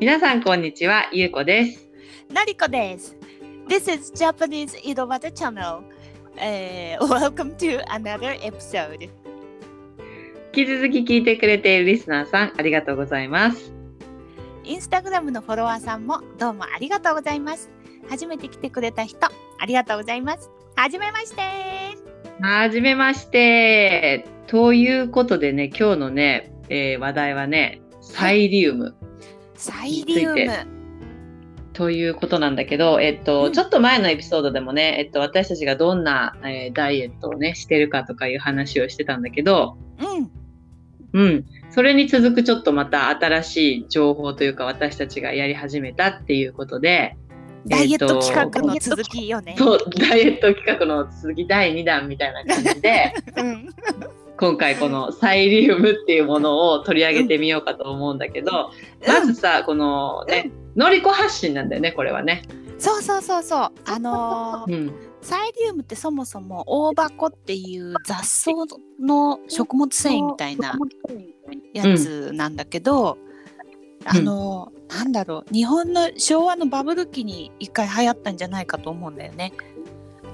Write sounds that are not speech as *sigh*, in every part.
皆さんこんにちは、ゆうこです。 Nariko des. This is Japanese Irobata channel. Eh, welcome to another episode. 引き続き聞いてくれているリスナーさん、ありがとうございます。インスタグラムのフォロワーさんもどうもありがとうございます。初めて来てくれた人、ありがとうございます。はじめまして。はじめまして。ということでね、今日のね、えー話題はね、サイリウムサイリウついム。ということなんだけど、えっと、うんちょっと前のエピソードでもね、えっと、私たちがどんな、えーダイエットをね、してるかとかいう話をしてたんだけど、うん。うん、それに続くちょっとまた新しい情報というか、私たちがやり始めたっていうことで、ダイえエッートと企画の続きよね。 *laughs* そうダイエット企画の続き第2弾みたいな感じ *laughs* でうん。今回このサイリウムっていうものを取り上げてみようかと思うんだけど、まずさこのね、のりこ発信なんだよねこれはね。そうそうそうそう。あのーうん、サイリウムってそもそも大箱っていう雑草の食物繊維みたいなやつなんだけど、あの、なんだろう日本の昭和のバブル期に一回流行ったんじゃないかと思うんだよね。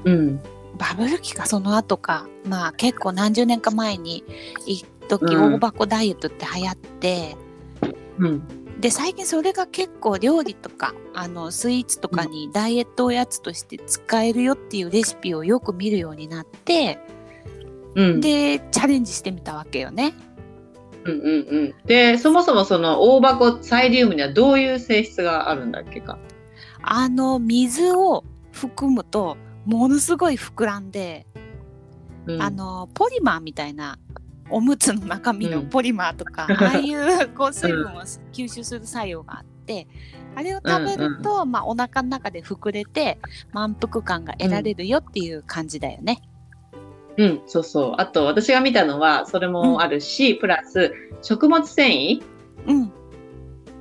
うん、バブル期かその後かまあ結構何十年か前に一時うん大箱ダイエットって流行って、うん、で最近それが結構料理とかあのスイーツとかにダイエットおやつとして使えるよっていうレシピをよく見るようになって、うん、でチャレンジしてみたわけよね。うん、うん、うん。で、そもそもその大箱サイリウムにはどういう性質があるんだっけか。あの水を含むとものすごい膨らんで、うん、あのポリマーみたいなおむつの中身のうんポリマー *laughs* とか、ああいうこう水分を吸収する作用があって、あれを食べると、まあ、お腹の中で膨れて満腹感が得られるよっていう感じだよね。うん、そうそう。あと私が見たのはそれもあるし、プラス食物繊維うん、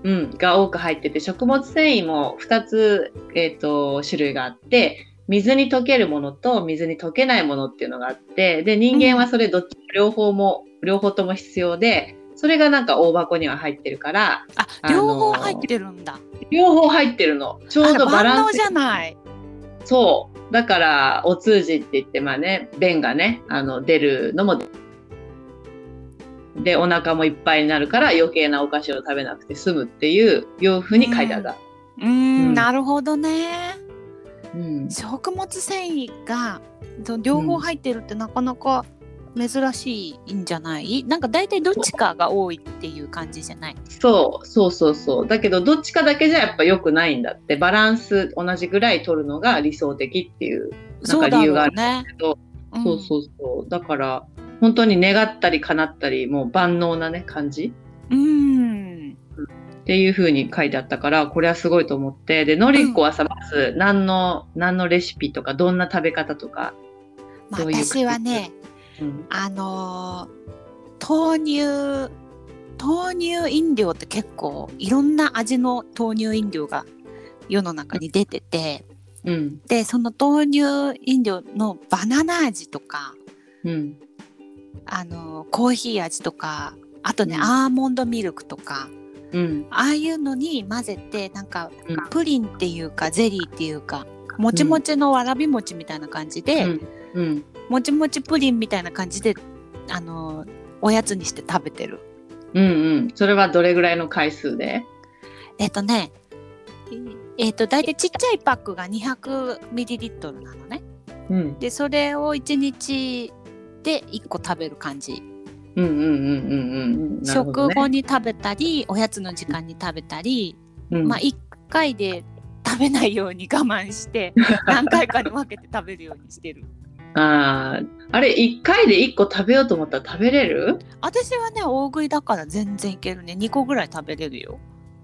うん、が多く入ってて食物繊維も2つ、えー、と種類があって水に溶けるものと水に溶けないものっていうのがあってで人間はそれどっちも両方も両方とも必要でそれがなんか大箱には入ってるからああのー両方入ってるんだ。両方入ってるのちょあうらどバラ万ン能スじゃない。そうだからお通じって言ってまあね便がねあの出るのもでお腹もいっぱいになるから余計なお菓子を食べなくて済むっていう洋風に書いてあった。うーん、うんん、なるほどね。うん食物繊維がそう両方入ってるってなかなか珍しいんじゃない、なんか大体どっちかが多いっていう感じじゃないそうそうそうそうだけどどっちかだけじゃやっぱ良くないんだってバランス同じぐらい取るのが理想的っていう、そうだ理由がろあうるねど。んそうそうそうだから本当に願ったり叶ったりもう万能なね感じうんっていう風に書いてあったからこれはすごいと思ってでのりっこはさ、まず何の何のレシピとかどんな食べ方とか、まあ、どういう感じ私はねうんあのー豆乳豆乳飲料って結構いろんな味の豆乳飲料が世の中に出てて、うんでその豆乳飲料のバナナ味とかうんあのコーヒー味とかあとね、うんアーモンドミルクとかうんああいうのに混ぜてなんかうんプリンっていうかゼリーっていうかもちもちのわらび餅みたいな感じで、うんうんもちもちプリンみたいな感じであのおやつにして食べてる。うんうんそれはどれぐらいの回数でえっ、とねえっ、と大体ちっちゃいパックが 200ml なのね。うんでそれを1日で1個食べる感じ。うんうんうんうんうんなるほど食ね後に食べたりおやつの時間に食べたり、うんまあ1回で食べないように我慢して *laughs* 何回かに分けて食べるようにしてるあーあれ1回で1個食べようと思ったら食べれる私はね大食いだから全然いけるね2個ぐらい食べれるよ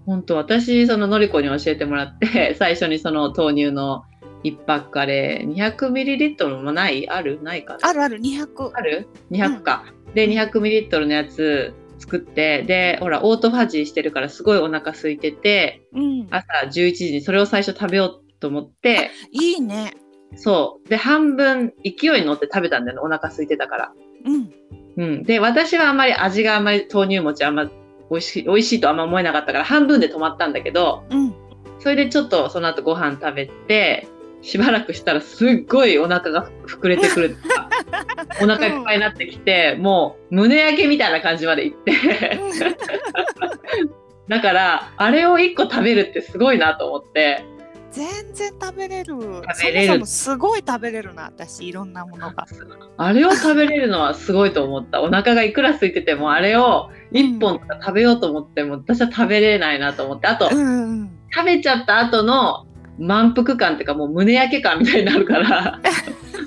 本当私そののりこに教えてもらって *laughs* 最初にその豆乳の1パックあれ200ミリリットルもないあるないかなあるある200ある ?200 か、で200ミリリットルのやつ作ってでほらオートファジーしてるからすごいお腹空いててうん朝11時にそれを最初食べようと思っていいねそうで半分勢いに乗って食べたんだよねお腹空いてたからうんうん、で私はあんまり味があんまり豆乳餅あんま美味しい美味しいとあんま思えなかったから半分で止まったんだけど *laughs* うん。それでちょっとその後ご飯食べてしばらくしたらすっごいお腹が膨れてくるとかお腹いっぱいになってきて、もう胸焼けみたいな感じまでいってだからあれを1個食べるってすごいなと思って全然食べれる。食べれるそもそもすごい食べれるな、私、いろんなものが。あれを食べれるのはすごいと思ったお腹がいくら空いててもあれを1本とか食べようと思っても私は食べれないなと思ってあとうんうん。食べちゃった後の満腹感っていうかもう胸焼け感みたいになるから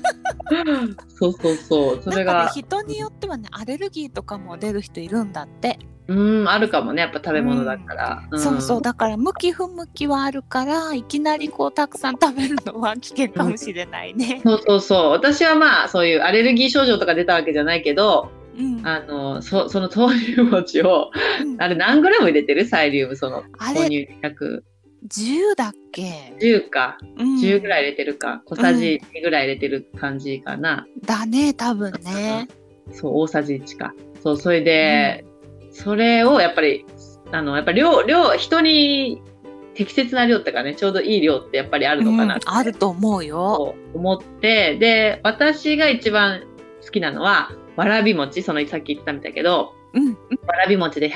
*laughs* そうそうそうそなれんかねが、人によってはね、アレルギーとかも出る人いるんだって。うんあるかもねやっぱ食べ物だから、んそうそう、だから向き不向きはあるから、いきなりこうたくさん食べるのは危険かもしれないね。そうそうそう私はまあそういうアレルギー症状とか出たわけじゃないけどうん。あのそその豆乳餅をうんあれ何グラム入れてるサイリウムそのあ豆れ、乳100 10だっけ10かうん10ぐらい入れてるか小さじ2ぐらい入れてる感じかな、だね、多分ね。そう大さじ1かそうそれで、それをやっぱりあのやっぱ量量人に適切な量っていうかねちょうどいい量ってやっぱりあるのかなうっんてあると思うよ。と思ってで私が一番好きなのはわらび餅そのさっき言ったみたいだけどうん。わらび餅で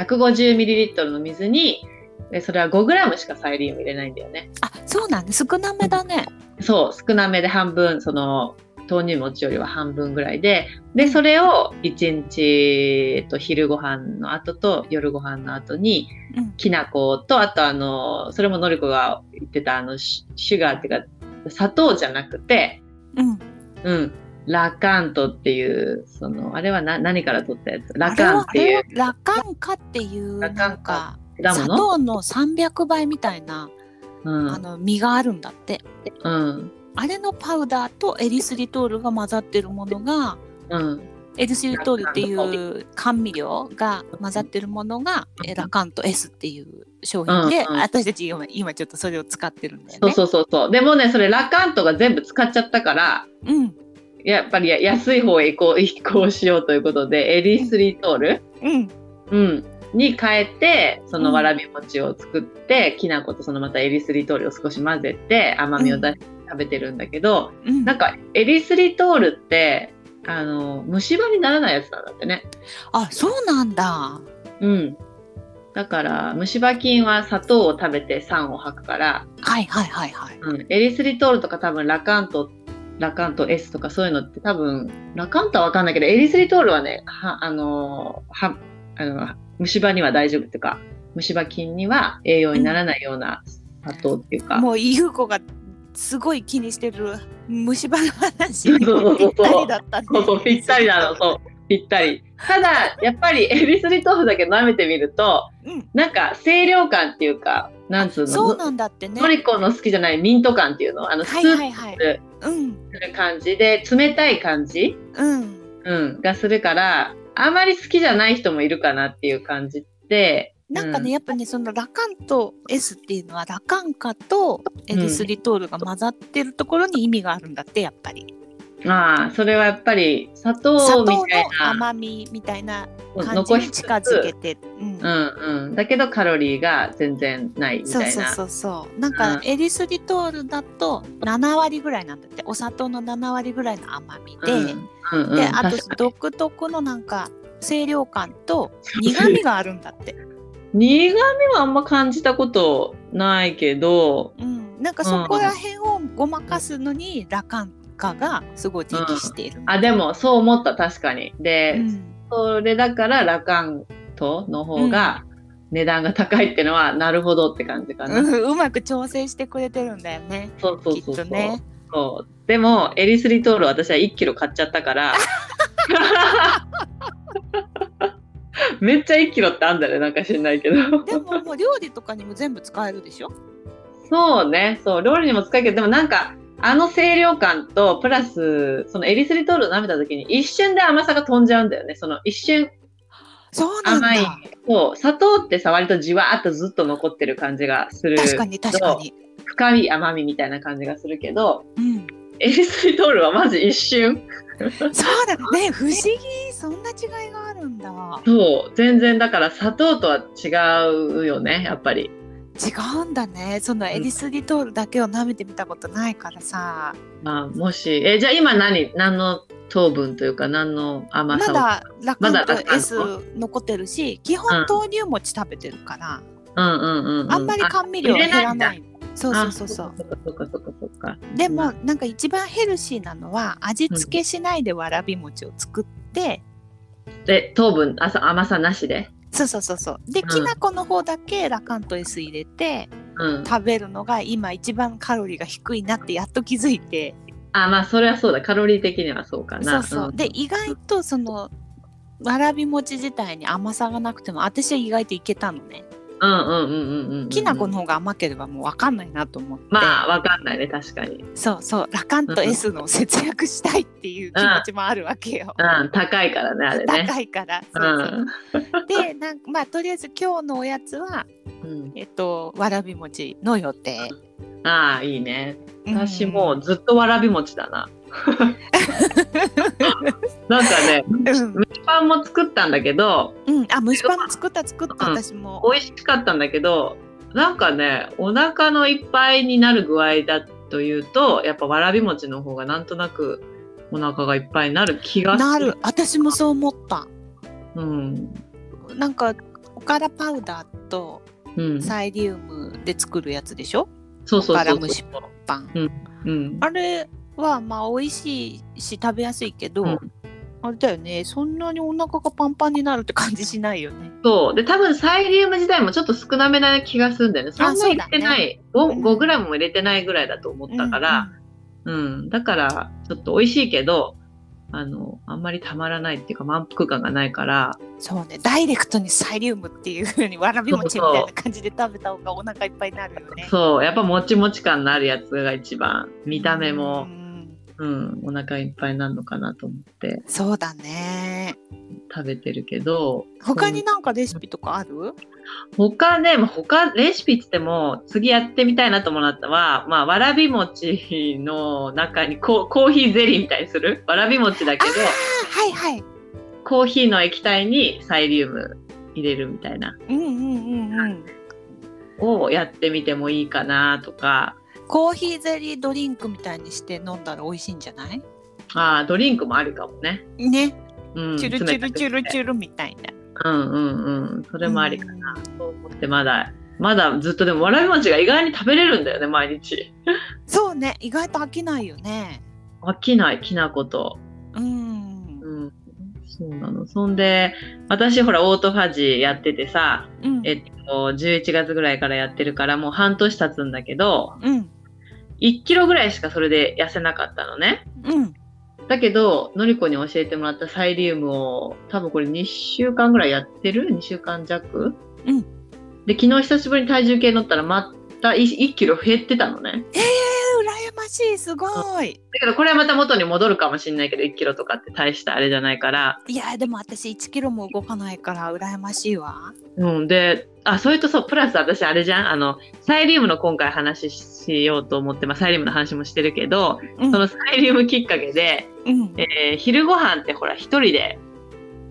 150ml の水にでそれは 5g しかサイリウム入れないんだよねあ、そうなんね。少なめだね。そう少なめで半分その豆乳餅よりは半分ぐらいででそれを1日、えっと、昼ご飯の後と夜ご飯の後にうん。きな粉とあとあのそれものりこが言ってたあのシュシュガーっていうか砂糖じゃなくてうん。うんラカントっていうそのあれはな何から取ったやつラあれカンっは、あていれうはラカンカっていう、ラカなンんカか、果砂物糖の300倍みたいな、うんあの、実があるんだって。うんあれのパウダーとエリスリトールが混ざってるものが、うんエリスリトールっていう甘味料が混ざってるものが、えラカント S っていう商品で、うんうん私たち今今ちょっとそれを使ってるんだよそうね。そうそうそうでもねそれラカントが全部使っちゃったからうん。やっぱりや安い方へ移行移行しようということでエリスリトール、うん。うん、に変えてそのうんわらび餅を作って、きな粉とそのまたエリスリトールを少し混ぜて甘みを出して食べてるんだけど、うん。なんかエリスリトールってあの虫歯にならないやつなんだってね。あ、そうなんだ。うんだから虫歯菌は砂糖を食べて酸を吐くから、はいはいはいはい。うん、エリスリトールとか多分ラカントラカント S とかそういうのって多分ラカントは分かんないけどエリスリトールはねはあのはあの虫歯には大丈夫っていうか虫歯菌には栄養にならないような砂糖っていうか、もう優子がすごい気にしてる虫歯の話そうにぴそうそうそうったりだったね。そうそうぴったりなのそうぴったりただやっぱりエリスリトールだけ舐めてみるとうん。なんか清涼感っていうかなんつうのそうなんだってね。トリコの好きじゃないミント感っていうのあのスはいーはプいはいる。うん。する感じで冷たい感じ、うん。うん、がするからあまり好きじゃない人もいるかなっていう感じでなんかうね、んやっぱねそのラカンと S っていうのはラカンカとエリスリトールが混ざってるところに意味があるんだってやっぱりまあそれはやっぱり砂砂糖糖みのたいな甘みみたいな感じ残にしつつ近づけて、ううんんうん、だけどカロリーが全然ないみたいそうなそうそうそうなんうかんエリスリトールだと7割ぐらいなんだってお砂糖の7割ぐらいの甘みで、うんうんうんであと確か独特のなんか清涼感と苦味があるんだって、に苦味はあんま感じたことないけどうん、なんかそこら辺をごまかすのに羅漢化がすごい適している、あでもそう思った確かにで、うんそれだからラカントの方が値段が高いってのは、なるほどって感じかな、 *laughs* うんうまく調整してくれてるんだよねそうそうきそうっそとう,、 *laughs* ねそうでもエリスリトール私は1キロ買っちゃったから *laughs* めっちゃ1キロってあんだねなんか知んないけどでももう料理とかにも全部使えるでしょそうねそう料理にも使うけどでもなんかあの清涼感とプラスそのエリスリトールを舐めた時に一瞬で甘さが飛んじゃうんだよねその一瞬そうなんだ甘いそう砂糖ってさ割とじわーっとずっと残ってる感じがする確かに確かに、深い甘みみたいな感じがするけどうん、エリスリトールはマジ一瞬そうだね不思議 *laughs* そんな違いがあるんだ。そう全然だから砂糖とは違うよねやっぱり違うんだね。そのエリスリトールだけを舐めてみたことないからさ。まあもしえじゃあ今何何の糖分というか何の甘まさをだラクまだーランクとーン S 残ってるし、基う本ん豆乳餅食べてるから、うんうんうんうんあんまり甘味料は減らな入い。そうそうそうそう。あそっかそっかそっかそっかでもなんか一番ヘルシーなのは味付けしないでわらび餅を作って、で糖分あさ甘さなしでそうそうそうそうで、うんきな粉の方だけラカント S 入れてうん食べるのが今一番カロリーが低いなってやっと気づいてあまあそれはそうだカロリー的にはそうかそなうそう、んで意外とそのわらび餅自体に甘さがなくても私は意外といけたのねうんうんうんうんうんうんきな粉の方が甘ければもう分かんないなと思って、まあわかんないね確かにそうそうラカント S の節約したいっていう気持ちもあるわけよ、うん高いからねあれね高いからそううそう、んでなんかまあとりあえず今日のおやつはうんえっとわらび餅の予定ああいいね私うんもうずっとわらび餅だ *laughs* ななんかねうん、蒸しパンも作ったんだけどうん、あ蒸しパンも作った作った、うん私も美味しかったんだけどなんかねお腹のいっぱいになる具合だというとやっぱわらび餅の方がなんとなくお腹がいっぱいになる気がするなる私もそう思ったうんなんかおからパウダーとうんそうサイリウムで作るやつでしょそうそうおからそう蒸しパンうんあれはまあ美味しいし食べやすいけど、うんあれだよねそんなにお腹がパンパンになるって感じしないよねそうで多分サイリウム自体もちょっと少なめな気がするんだよねそんな入れてない、う5ん5グラムも入れてないぐらいだと思ったから、うんだからちょっと美味しいけどあのあんまりたまらないっていうか満腹感がないからうんそうねダイレクトにサイリウムっていう風にわらび餅みたいな感じで食べた方がお腹いっぱいになるよねそうやっぱもちもち感のあるやつが一番見た目もう、んうん、お腹いっぱいになるのかなと思ってそうだね食べてるけど他になんかレシピとかある他ね、まあ他レシピっつっても次やってみたいなと思ったのは、まあ、わらび餅の中にコーコーヒーゼリーみたいにするわらび餅だけどあはいはいコーヒーの液体にサイリウム入れるみたいなうんうんうんうんをやってみてもいいかなとかコーヒーゼリードリンクみたいにして飲んだら美味しいんじゃないあードリンクもあるかもね、ねうん、チュルチュルチュルュルチュルみたいなうんうんうんそそれもありかなと思ってまだまだずっとでもわらび餅が意外に食べれるんだよね毎日そうね意外と飽きないよね飽きないきな粉とうんうんそうなの。そんで、私ほら、オートファジーやっててさ、うんえっと、11月ぐらいからやってるから、もう半年経つんだけど、うん1キロぐらいしかそれで痩せなかったのね。うんだけど、のりこに教えてもらったサイリウムを、多分これ2週間ぐらいやってる ?2 週間弱うんで、昨日久しぶりに体重計乗ったら、また 1, キロ減ってたのね。えー、羨ましいすごいだけど、これはまた元に戻るかもしれないけど、1キロとかって大したあれじゃないから、いやでも私1キロも動かないから羨ましいわうん、で、あ、それとそう、プラス私あれじゃん、あの、サイリウムの今回話ししようと思って、まあ、サイリウムの話もしてるけど、うんそのサイリウムきっかけで、うんえー昼ご飯ってほら、一人で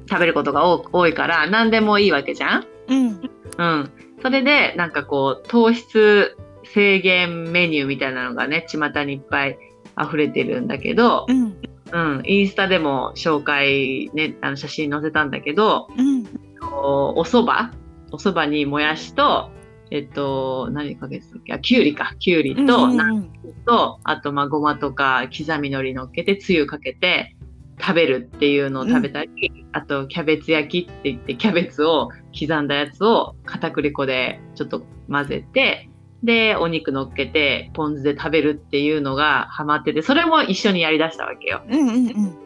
食べることが多多いから、何でもいいわけじゃんうんうん。それで、なんかこう、糖質制限メニューみたいなのがね、巷にいっぱい溢れてるんだけど、うんうん、インスタでも紹介ね、あの写真載せたんだけど、うんおお蕎麦お蕎麦にもやしと、えっと、何かけてたっけあ、きゅうりか。きゅうりうんと、うんナスと、あと、まあ、ごまとか、刻みのり乗っけて、つゆかけて、食べるっていうのを食べたり、あと、キャベツ焼きって言って、キャベツを刻んだやつを片栗粉でちょっと混ぜて、で、お肉乗っけて、ポン酢で食べるっていうのがハマってて、それも一緒にやりだしたわけよ。うんうんうん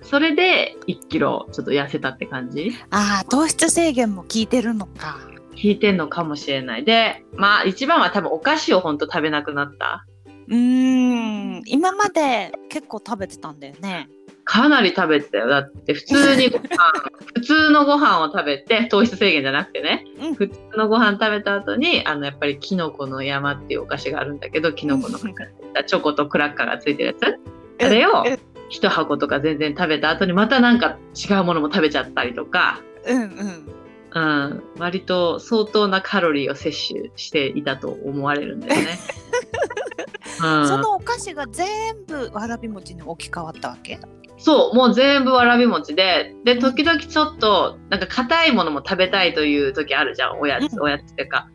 それで、1キロちょっと痩せたって感じ。ああ糖質制限も効いてるのか引いてんのかもしれない。で、まあ一番は多分お菓子を本当食べなくなった。うーん今まで結構食べてたんだよねかなり食べてたよ。だって普通にご飯、普通のご飯を食べて、糖質制限じゃなくてね、うん普通のご飯食べた後に、あのやっぱりキノコの山っていうお菓子があるんだけど、キノコのチョコとクラッカーがついてるやつ。あれをうん一箱とか全然食べた後にまたなんか違うものも食べちゃったりとか、うんうん。うん、割と相当なカロリーを摂取していたと思われるんだよ *laughs* ね。うん、そのお菓子が全部わらび餅に置き換わったわけ。そう、もう全部わらび餅で、で、時々ちょっと、なんか硬いものも食べたいという時あるじゃん、おやうつ、んおやつっていうか。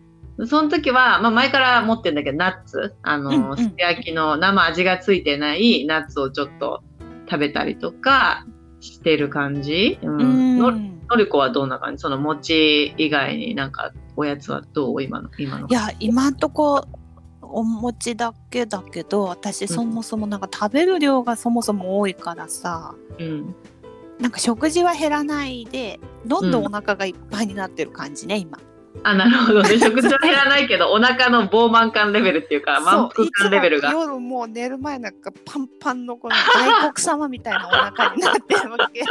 その時は、まあ前から持ってんだけど、ナッツ、あうんうの、んすき焼きの生味がついてないナッツをちょっと食べたりとかしてる感じ。う。うんん。ののりこはどんな感じその餅以外になんかおやつはどう今の、今のい。や今んとこお餅だけだけど私そもそもなんか食べる量がそもそも多いからさ、うん。なんか食事は減らないでどんどんお腹がいっぱいになってる感じね今。あ、なるほ *laughs* どね。食事は減らないけど、お腹の膨満感レベルっていうか、満そう腹感レベルいがつ。も夜もう寝る前なんかパンパンのこの外国様みたいなお腹になってるわ *laughs* け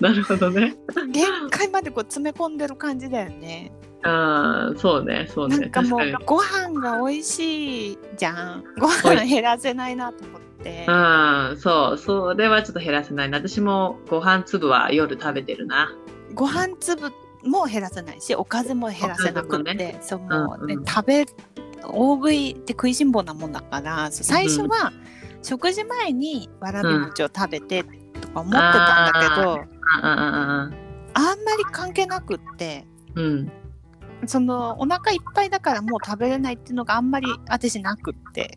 なるほどね。限界までこう詰め込んでる感じだよね。ああ、そうね、そうなね。ん *laughs* かもう確かにご飯が美味しいじゃん。ご飯減らせないなと思って。うん、そう、それはちょっと減らせないな。私もご飯粒は夜食べてるな。ご飯粒も減らせないし、おかずも減らせなくって、おかずそうもうね、うんうん食べ大食いって食いしん坊なもんだから、そう最初は食事前にわらび餅を食べてとか思ってたんだけああ、ど、ああ、あんまり関係なくって。うん。そのお腹いっぱいだからもう食べれないっていうのがあんまり私なくって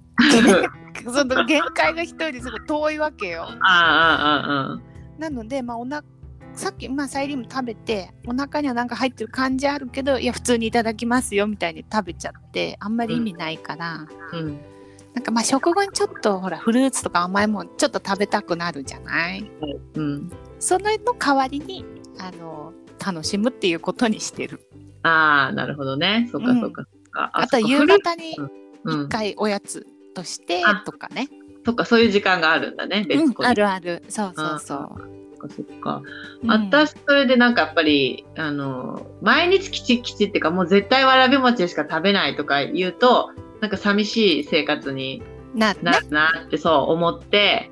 その限界が一人ですごい遠いわけよ。ああ、ああ、あなので、まあ、おなさっき、まあ、サイリウム食べてお腹にはなんか入ってる感じあるけどいや普通にいただきますよみたいに食べちゃってあんまり意味ないから、あ。うん。なんかまあ食後にちょっとほらフルーツとか甘いもんちょっと食べたくなるじゃないうん。そのの代わりにあの楽しむっていうことにしてるああ、なるほどね。そっか、うんそっか、そっか。あとそはっか夕フルーツ方にうん一。回おやつとしてあとかね、そっか、そういう時間があるんだね。うん別個にあるあるそうそうそあそう、っか、そっか。うん私それでなんかやっぱりあの毎日きちきちっていうかもう絶対わらび餅しか食べないとか言うとなんか寂しい生活になななるなってそう思って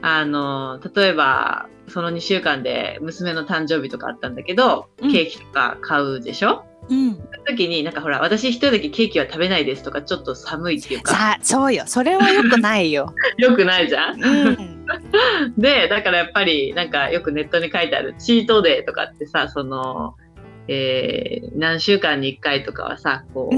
あの例えばその2週間で娘の誕生日とかあったんだけどうんケーキとか買うでしょ、うんその時になんかほら私一人だけケーキは食べないですとかちょっと寒いっていうかさあそうよそれはよくな *laughs* いよ、よくないじゃんうん、でだからやっぱりなんかよくネットに書いてあるチートデーとかってさその、えー何週間に1回とかはさこ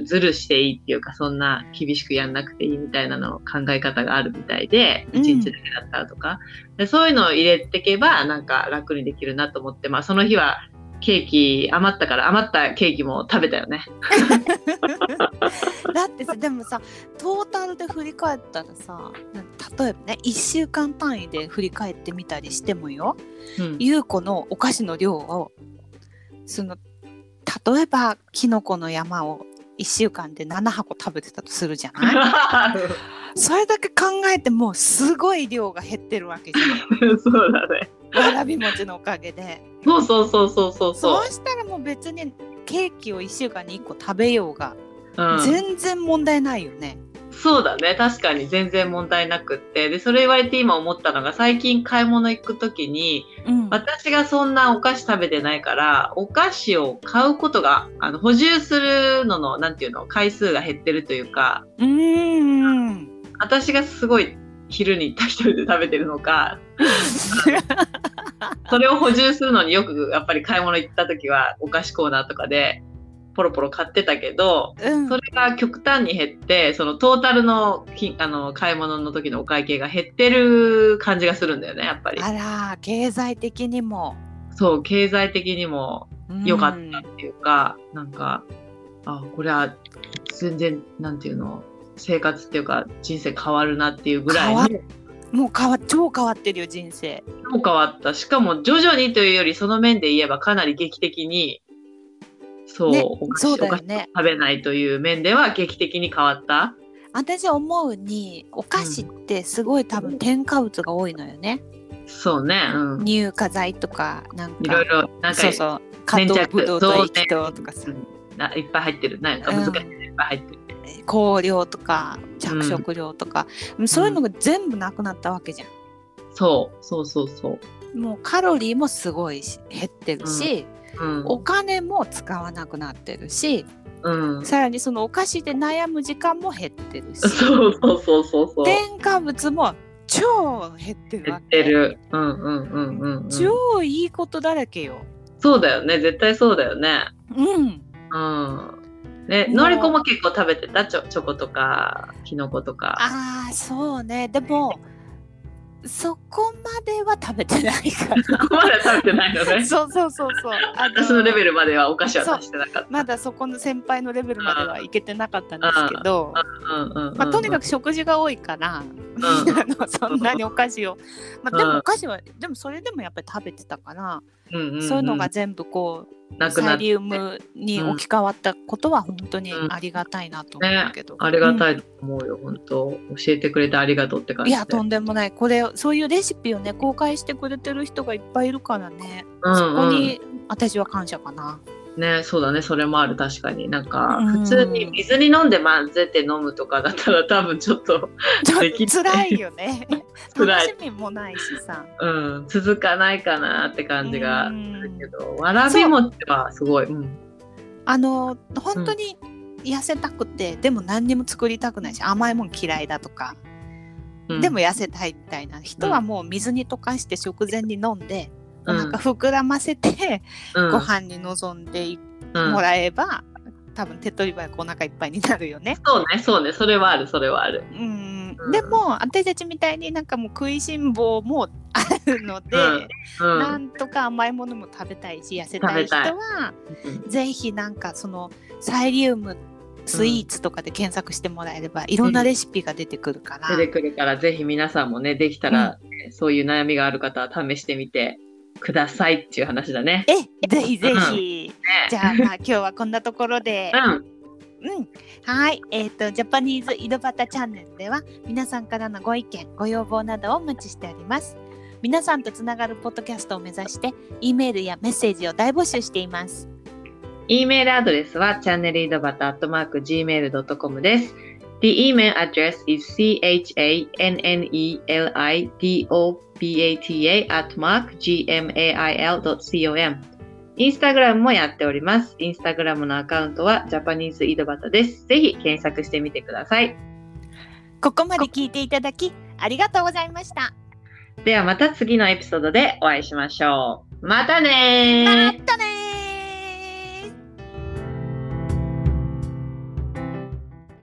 うずるしていいっていうかそんな厳しくやんなくていいみたいなの考え方があるみたいでうん1日だけだったらとか、でそういうのを入れてけばなんか楽にできるなと思って、まあ、その日はケーキ余ったから余ったケーキも食べたよね。だってさでもさトータルで振り返ったらさなん例えばね1週間単位で振り返ってみたりしてもようん優子のお菓子の量をその例えばキノコの山を1週間で7箱食べてたとするじ *laughs* ゃないそれだけ考えてもうすごい量が減ってるわけじ *laughs* そうだね。ゃんわらび餅のおかげでそうそうそうそうそうそそうう。したらもう別にケーキを1週間に1個食べようがうん全然問題ないよね、そうだね確かに全然問題なくってでそれ言われて今思ったのが最近買い物行く時にうん私がそんなお菓子食べてないからお菓子を買うことがあの補充するののなんていうの回数が減ってるというかうーん私がすごい昼に一人で食べてるのかそれを補充するのによくやっぱり買い物行った時はお菓子コーナーとかでポロポロ買ってたけどうんそれが極端に減ってそのトータルの金あの買い物の時のお会計が減ってる感じがするんだよねやっぱりあら経済的にもそう経済的にも良かったっていうか、なんかあこれは全然なんていうの生活っていうか人生変わるなっていうぐらい変のわうんもう変わ超変わってるよ人生超変わったしかも徐々にというよりその面で言えばかなり劇的にそう,、ねお菓子そうだお菓よ子ね食べないという面では劇的に変わった。私思うにお菓子ってすごい多分添加物が多いのよね、そうね、うん、乳化剤とかなんかいろいろなんかそうそう加藤ぶどうと液糖とかさ、あいっぱい入ってる。なんか難しいのいっぱい入ってる。香料とか着色料とか、そういうのが全部なくなったわけじゃん、そうそうそうそう。もうカロリーもすごいし減ってるし、うんお金も使わなくなってるし、うん、さらにそのお菓子で悩む時間も減ってるしそうそうそうそうそう。添加物も超減ってる減っわけてる。うんうんうんうん、うん。超いいことだらけよ。そうだよね。絶対そうだよね。うんうん。ね、もうのりこも結構食べてたチョチョコとかキノコとか。ああそうねでもそこまでは食べてな *laughs* いかそこ *laughs* までは食べてないのらね。そうそうそうそうあ私のレベルルまではお菓子は出してなかった。まだそこの先輩のレベルまではいけてなかったんですけど、うんうんうんまあ、とにかく食事が多いから、 *laughs* あのそんなにお菓子を、まあ、でうんもお菓子はでもそれでもやっぱり食べてたから、うんんんそういうのが全部こうなくなサっリウムに置き換わったことは本当にありがたいなと思うけど、ありがたい、いと思うよ、本当教えてくれてありがとうって感いじでやとんでもないこれそういうレシピをね公開してくれてる人がいっぱいいるからねうんそこうんに私は感謝かな。ねそうだねそれもある確かになんかうん普通に水に飲んで混ぜて飲むとかだったら多分ちょっと、ちょっできと辛いよね。 *laughs* 辛い楽しみもないしさ。うん、続かないかなって感じがうんするけどわらび餅はすごい、うん、あの本当に痩せたくて、でも何にも作りたくないし甘いもん嫌いだとか、うんでも痩せたいみたいな人はもう水に溶かして食前に飲んで、うんなんか膨らませて、うんご飯に臨んでうんもらえば、多分手っ取り早くお腹いっぱいになるよね。そうねそうねそれはあるそれはあるうんうんでも私たちみたいになんかもう食いしん坊もあるので、うんうんうなんんとか甘いものも食べたいし痩せたい人はぜひなんかそのサイリウムスイーツとかで検索してもらえれば、いろんなレシピが出てくるから、出てくるからぜひ皆さんもねできたら、そういう悩みがある方は試してみてくださいっていう話だね。えぜひぜひ、じゃあまあ今日はこんなところで、うん、うん、はい、えっ、とジャパニーズ井戸端チャンネルでは皆さんからのご意見、ご要望などをお待ちしております。皆さんとつながるポッドキャストを目指して、E メールやメッセージを大募集しています。 E メールアドレスはチャンネル井戸端 at mark gmail.com です。The email address is chanelidopata at mark gmail.com インスタグラムもやっております。インスタグラムのアカウントはジャパニーズ井戸端です。ぜひ検索してみてください。ここまで聞いていただき、ありがとうございました。ではまた次のエピソードでお会いしましょう。またねーまたねー